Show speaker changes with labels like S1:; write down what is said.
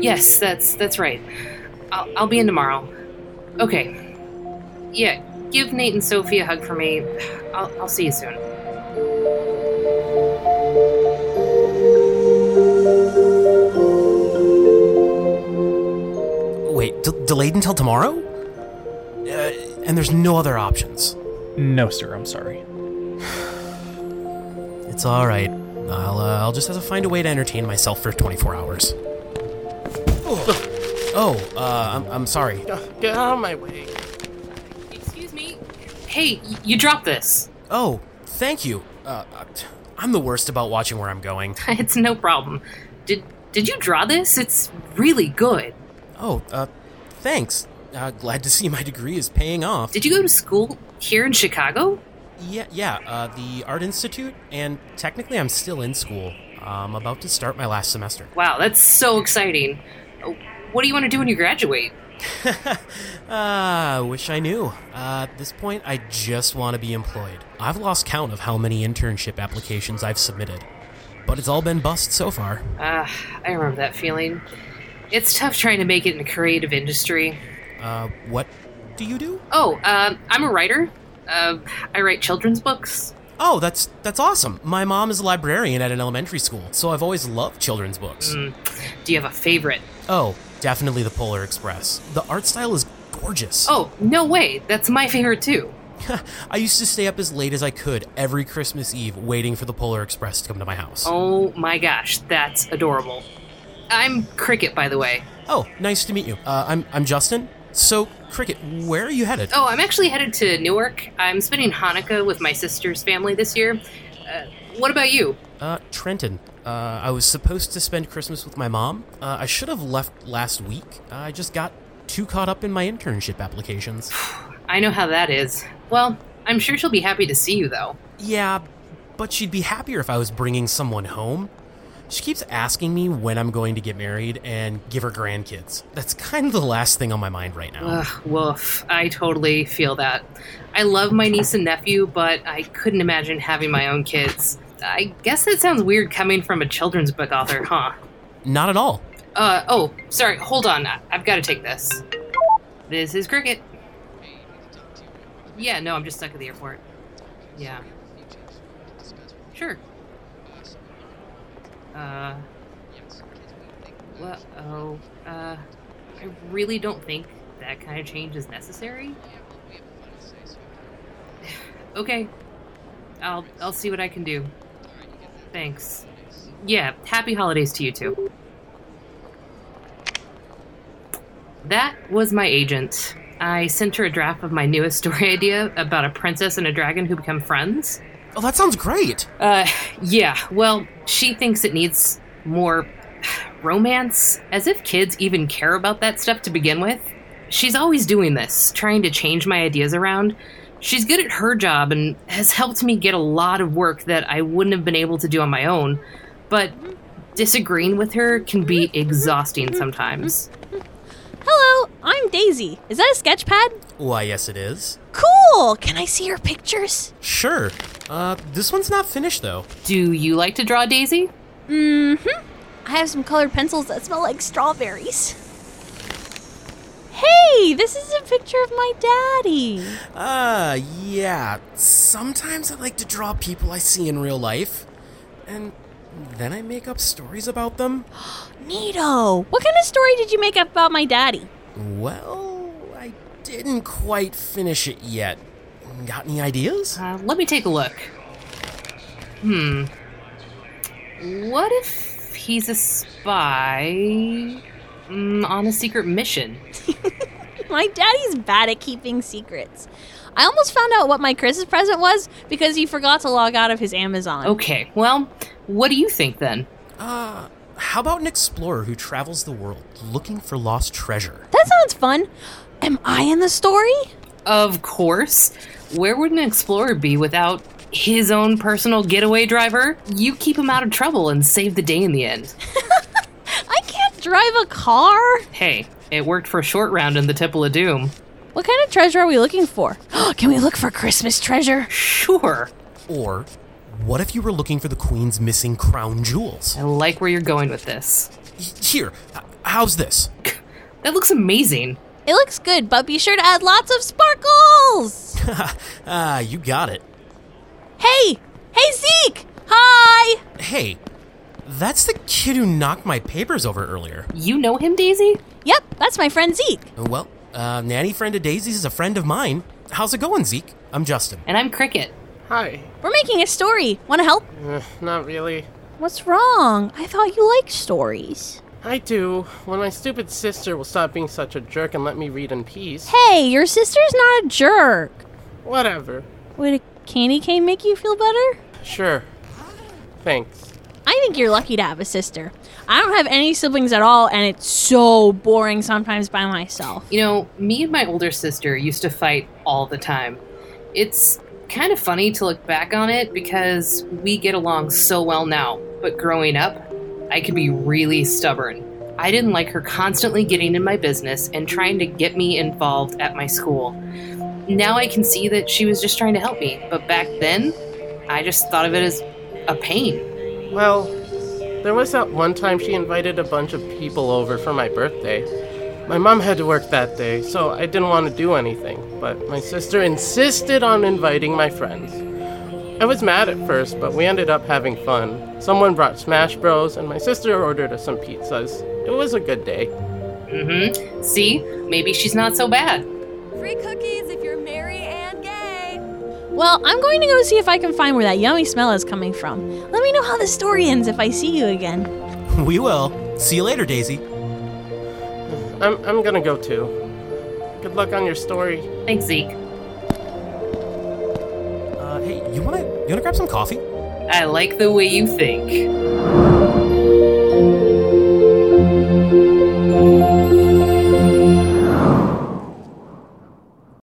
S1: Yes, that's that's right. I'll, I'll be in tomorrow. Okay. Yeah, give Nate and Sophie a hug for me. I'll, I'll see you soon.
S2: Wait, d- delayed until tomorrow? Uh, and there's no other options.
S3: No, sir, I'm sorry.
S2: It's all right. I'll uh, I'll just have to find a way to entertain myself for 24 hours. Oh, uh, I'm, I'm sorry.
S4: Ugh, Get out of my way.
S1: Excuse me. Hey, y- you dropped this.
S2: Oh, thank you. Uh, uh, I'm the worst about watching where I'm going.
S1: It's no problem. Did did you draw this? It's really good.
S2: Oh, uh, thanks. Uh, glad to see my degree is paying off.
S1: Did you go to school here in Chicago?
S2: Yeah, yeah. Uh, the Art Institute, and technically, I'm still in school. I'm about to start my last semester.
S1: Wow, that's so exciting. Uh, What do you want to do when you graduate?
S2: Ah, wish I knew. Uh, at this point, I just want to be employed. I've lost count of how many internship applications I've submitted, but it's all been bust so far.
S1: Ah, I remember that feeling. It's tough trying to make it in the creative industry.
S2: Uh, what do you do?
S1: Oh, um, I'm a writer. Uh, I write children's books.
S2: Oh, that's that's awesome. My mom is a librarian at an elementary school, so I've always loved children's books.
S1: Do you have a favorite?
S2: Oh, definitely the Polar Express. The art style is gorgeous.
S1: Oh, no way. That's my favorite too.
S2: I used to stay up as late as I could every Christmas Eve waiting for the Polar Express to come to my house.
S1: Oh my gosh, that's adorable. I'm Cricket, by the way.
S2: Oh, nice to meet you. Uh, I'm I'm Justin. So, Cricket, where are you headed?
S1: Oh, I'm actually headed to Newark. I'm spending Hanukkah with my sister's family this year. Uh, what about you?
S2: Uh, Trenton. Uh, I was supposed to spend Christmas with my mom. Uh, I should have left last week. I just got too caught up in my internship applications.
S1: I know how that is. Well, I'm sure she'll be happy to see you, though.
S2: yeah, but she'd be happier if I was bringing someone home. She keeps asking me when I'm going to get married and give her grandkids. That's kind of the last thing on my mind right now.
S1: Ugh, woof. I totally feel that. I love my niece and nephew, but I couldn't imagine having my own kids. I guess that sounds weird coming from a children's book author, huh?
S2: Not at all.
S1: Uh, oh, sorry, hold on. I- I've got to take this. This is Cricket. Yeah, no, I'm just stuck at the airport. Yeah. Sure. Uh. Well, oh, uh. I really don't think that kind of change is necessary. Okay. I'll I'll see what I can do. Thanks. Yeah, happy holidays to you too. That was my agent. I sent her a draft of my newest story idea about a princess and a dragon who become friends.
S2: Oh, that sounds great.
S1: Uh, yeah, well, she thinks it needs more romance, as if kids even care about that stuff to begin with. She's always doing this, trying to change my ideas around. She's good at her job and has helped me get a lot of work that I wouldn't have been able to do on my own, but disagreeing with her can be exhausting sometimes.
S5: Hello, I'm Daisy. Is that a sketch pad?
S2: Why, yes, it is.
S5: Cool! Can I see your pictures?
S2: Sure. Uh, this one's not finished, though.
S1: Do you like to draw, Daisy?
S5: I have some colored pencils that smell like strawberries. Hey, this is a picture of my daddy.
S2: Uh, yeah. Sometimes I like to draw people I see in real life, and then I make up stories about them.
S5: Neato. What kind of story did you make up about my daddy?
S2: Well, I didn't quite finish it yet. Got any ideas?
S1: Uh, let me take a look. Hmm. What if he's a spy mm, on a secret mission?
S5: My daddy's bad at keeping secrets. I almost found out what my Christmas present was because he forgot to log out of his Amazon.
S1: Okay, well, what do you think then?
S2: Uh, how about an explorer who travels the world looking for lost treasure?
S5: That sounds fun. Am I in the story?
S1: Of course. Where would an explorer be without his own personal getaway driver? You keep him out of trouble and save the day in the end.
S5: I can't drive a car.
S1: Hey, it worked for a short round in the Temple of Doom.
S5: What kind of treasure are we looking for? Can we look for Christmas treasure?
S1: Sure.
S2: Or, what if you were looking for the queen's missing crown jewels?
S1: I like where you're going with this.
S2: Here, h- how's this?
S1: That looks amazing.
S5: It looks good, but be sure to add lots of sparkles.
S2: Ah, you got it.
S5: hey, hey Zeke. Hi.
S2: Hey, that's the kid who knocked my papers over earlier.
S1: You know him, Daisy?
S5: Yep, that's my friend Zeke.
S2: Well, uh, nanny friend of Daisy's is a friend of mine. How's it going, Zeke? I'm Justin.
S1: And I'm Cricket.
S4: Hi.
S5: We're making a story. Want to help?
S4: Ugh, not really.
S5: What's wrong? I thought you liked stories.
S4: I do. When my stupid sister will stop being such a jerk and let me read in peace.
S5: Hey, your sister's not a jerk.
S4: Whatever.
S5: Would a candy cane make you feel better?
S4: Sure. Thanks.
S5: I think you're lucky to have a sister. I don't have any siblings at all, and it's so boring sometimes by myself.
S1: You know, me and my older sister used to fight all the time. It's kind of funny to look back on it because we get along so well now, but growing up, I could be really stubborn. I didn't like her constantly getting in my business and trying to get me involved at my school. Now I can see that she was just trying to help me, but back then, I just thought of it as a pain.
S4: Well, there was that one time she invited a bunch of people over for my birthday. My mom had to work that day, so I didn't want to do anything, but my sister insisted on inviting my friends. I was mad at first, but we ended up having fun. Someone brought Smash Bros, and my sister ordered us some pizzas. It was a good day.
S1: Mm-hmm. See, maybe she's not so bad.
S6: Free cookies if you're merry and gay.
S5: Well, I'm going to go see if I can find where that yummy smell is coming from. Let me know how the story ends if I see you again.
S2: We will. See you later, Daisy.
S4: I'm, I'm gonna go too. Good luck on your story.
S1: Thanks, Zeke.
S2: Uh, hey, you wanna you wanna grab some coffee?
S1: I like the way you think.